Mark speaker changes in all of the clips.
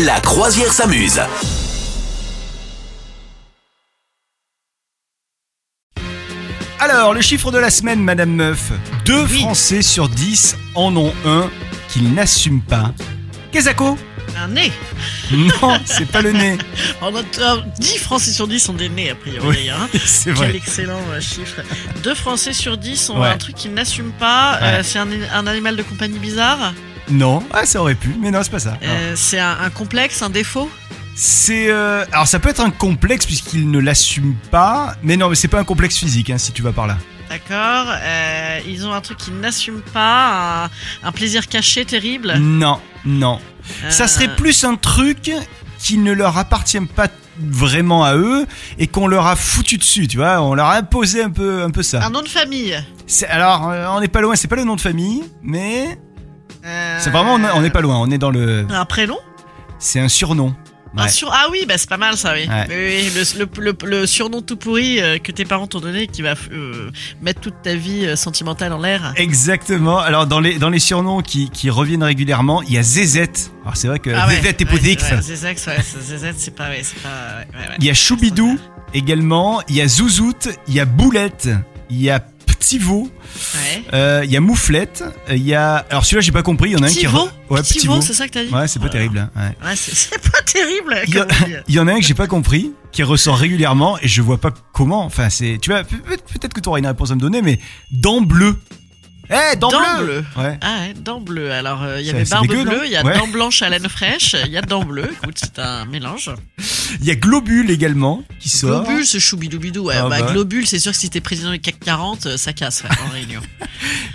Speaker 1: La croisière s'amuse.
Speaker 2: Alors, le chiffre de la semaine, Madame Meuf. Deux Français sur dix en ont un qu'ils n'assument pas. Kezako
Speaker 3: Un nez
Speaker 2: Non, c'est pas le nez.
Speaker 3: On a- euh, 10 Français sur 10 sont des nez, a priori.
Speaker 2: Oui,
Speaker 3: hein.
Speaker 2: C'est
Speaker 3: Quel
Speaker 2: vrai.
Speaker 3: excellent euh, chiffre. 2 Français sur 10 ont
Speaker 2: Ouais.
Speaker 3: un truc qu'ils n'assument pas. euh,
Speaker 2: Ouais.
Speaker 3: c'est un, un animal de compagnie bizarre.
Speaker 2: Non, ah, ça aurait pu, mais non, c'est pas ça.
Speaker 3: euh, c'est un, un complexe, un défaut.
Speaker 2: C'est. euh, Alors, ça peut être un complexe puisqu'ils ne l'assument pas, mais non, mais c'est pas un complexe physique hein, si tu vas par là.
Speaker 3: D'accord. euh, ils ont un truc qu'ils n'assument pas. Un, un plaisir caché terrible.
Speaker 2: Non, non.
Speaker 3: Euh,
Speaker 2: Mm. Ça serait plus un truc qui ne leur appartient pas vraiment à eux et qu'on leur a foutu dessus, tu vois. On leur a imposé un peu, un peu ça.
Speaker 3: Un nom de famille.
Speaker 2: C'est- Alors, euh, on n'est pas loin, c'est pas le nom de famille, mais.
Speaker 3: Euh,
Speaker 2: C'est vraiment, on- on n'est pas loin, on est dans le.
Speaker 3: Un prénom
Speaker 2: C'est un surnom.
Speaker 3: Un
Speaker 2: Ouais.
Speaker 3: sur- Ah oui, bah c'est pas mal ça, oui.
Speaker 2: Ouais.
Speaker 3: Oui, oui, le, le- le- le surnom tout pourri euh, que tes parents t'ont donné qui va euh, mettre toute ta vie euh, sentimentale en l'air.
Speaker 2: Exactement. Alors, dans les, dans les surnoms qui, qui reviennent régulièrement, il y a Zézette. Alors, c'est vrai que
Speaker 3: Ah ouais,
Speaker 2: Zézette est
Speaker 3: ouais,
Speaker 2: podix.
Speaker 3: ouais, Zézex, ouais, c'est- Zézette, c'est pas. Ouais, c'est pas ouais, ouais, ouais.
Speaker 2: Il y a Choubidou
Speaker 3: Ouais.
Speaker 2: également. Il y a Zouzoute. Il y a Boulette. Il y a Petit Veau.
Speaker 3: Ouais.
Speaker 2: euh, il y a Mouflette. euh, Il y a. Alors, celui-là, j'ai pas compris. Il y en a
Speaker 3: Petit
Speaker 2: un qui.
Speaker 3: veau
Speaker 2: re- Ouais,
Speaker 3: Petit
Speaker 2: Petit
Speaker 3: veau,
Speaker 2: Veau.
Speaker 3: c'est ça que t'as dit
Speaker 2: Ouais, c'est pas
Speaker 3: Oh là
Speaker 2: terrible. hein, ouais.
Speaker 3: là. Ouais, c'est- c'est pas terrible.
Speaker 2: Il y a-
Speaker 3: comme on dit.
Speaker 2: Il y en a un que j'ai pas compris, qui ressort régulièrement et je vois pas comment. Enfin, c'est. Tu vois, peut- peut- peut-être que tu auras une réponse à me donner, mais dents bleues. Eh, dents
Speaker 3: Dents
Speaker 2: bleues
Speaker 3: bleues.
Speaker 2: Ouais.
Speaker 3: Ah ouais, dents bleues. Alors, euh, il y
Speaker 2: C'est-
Speaker 3: avait
Speaker 2: c'est
Speaker 3: barbe
Speaker 2: dégueu, non
Speaker 3: bleue, il y a
Speaker 2: Ouais.
Speaker 3: dents blanches à laine fraîche, il y a dents bleues. Écoute, c'est un mélange.
Speaker 2: Il y a Globule également qui sort.
Speaker 3: Globule, ce choubidoubidou. Ouais,
Speaker 2: Ah
Speaker 3: bah,
Speaker 2: bah ouais.
Speaker 3: Globule, c'est sûr que si t'es président du CAC 40, euh, ça casse ouais, en réunion.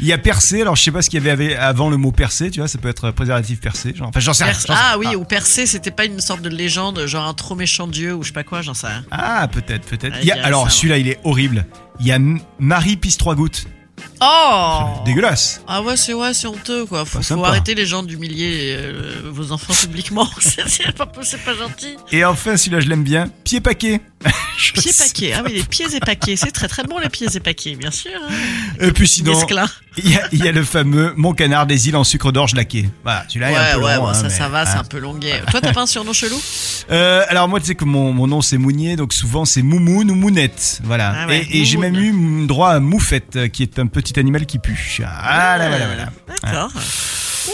Speaker 2: Il y a percé. Alors, je sais pas ce qu'il y avait avant le mot percé, tu vois, ça peut être préservatif percé. Genre. Enfin, j'en sais rien.
Speaker 3: Perse-
Speaker 2: j'en sais-
Speaker 3: ah oui, ou Persée, c'était pas une sorte de légende, genre un trop méchant dieu ou je sais pas quoi, j'en sais rien.
Speaker 2: Ah, peut-être, peut-être.
Speaker 3: Ah,
Speaker 2: Il y a-
Speaker 3: il y a
Speaker 2: alors,
Speaker 3: ça,
Speaker 2: celui-là, il est horrible. Il y a M- Marie pisse trois gouttes.
Speaker 3: Oh
Speaker 2: Dégueulasse.
Speaker 3: Ah ouais, c'est ouais, c'est honteux quoi. Faut,
Speaker 2: Pas
Speaker 3: faut
Speaker 2: sympa.
Speaker 3: arrêter les gens d'humilier euh, vos enfants publiquement. c'est c'est pas, c'est pas gentil.
Speaker 2: Et enfin, celui-là, je l'aime bien. Pied paquet. Je
Speaker 3: Pieds
Speaker 2: sais-
Speaker 3: paquets. Ah oui, les pieds et paquets. C'est très très bon les pieds et paquets, bien sûr. Hein.
Speaker 2: Et puis sinon,
Speaker 3: Mesclin.
Speaker 2: il y, a, il y a le fameux Mon canard des îles en sucre d'orge laqué. Voilà, celui-là
Speaker 3: Ouais,
Speaker 2: il est un peu
Speaker 3: ouais,
Speaker 2: long,
Speaker 3: bon,
Speaker 2: hein,
Speaker 3: ça,
Speaker 2: mais-
Speaker 3: ça va, c'est
Speaker 2: Ah.
Speaker 3: un peu longuet. Toi, t'as pas un surnom chelou
Speaker 2: Euh, alors moi, tu sais que mon, mon nom c'est Mounier, donc souvent c'est Moumoun ou Mounette, voilà.
Speaker 3: Ah ouais,
Speaker 2: et et j'ai
Speaker 3: Moumoun.
Speaker 2: même eu droit à Moufette, euh, qui est un petit animal qui pue. Ah là, voilà, voilà.
Speaker 3: D'accord.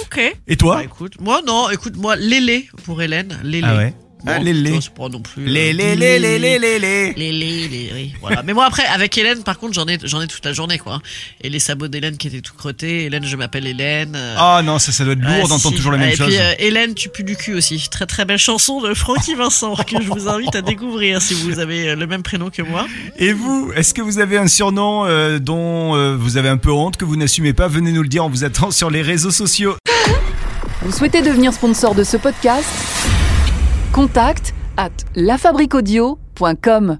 Speaker 3: Ok.
Speaker 2: Et
Speaker 3: Bah,
Speaker 2: toi
Speaker 3: écoute, moi non, écoute, moi, Lélé pour Hélène. Lélé.
Speaker 2: Ah ouais. Ah,
Speaker 3: Bon,
Speaker 2: Lélé.
Speaker 3: toi, c'est pas non plus. euh,
Speaker 2: Lélé, lélé, lélé, lélé.
Speaker 3: Les, les, les, oui, voilà. Mais moi après, avec Hélène, par contre, j'en ai, j'en ai toute la journée, quoi. Et les sabots d'Hélène qui étaient tout crottés. Hélène, je m'appelle Hélène. euh,
Speaker 2: Oh non, ça, ça doit être lourd
Speaker 3: ouais,
Speaker 2: d'entendre
Speaker 3: si.
Speaker 2: toujours la
Speaker 3: Ah,
Speaker 2: même
Speaker 3: et
Speaker 2: chose.
Speaker 3: puis euh, Hélène, tu pues du cul aussi. Très très belle chanson de Francky Vincent que je vous invite à découvrir si vous avez euh, le même prénom que moi.
Speaker 2: Et vous, est-ce que vous avez un surnom euh, dont euh, vous avez un peu honte, que vous n'assumez pas Venez nous le dire, on vous attend sur les réseaux sociaux.
Speaker 4: Vous souhaitez devenir sponsor de ce podcast Contact à lafabriquaudio.com.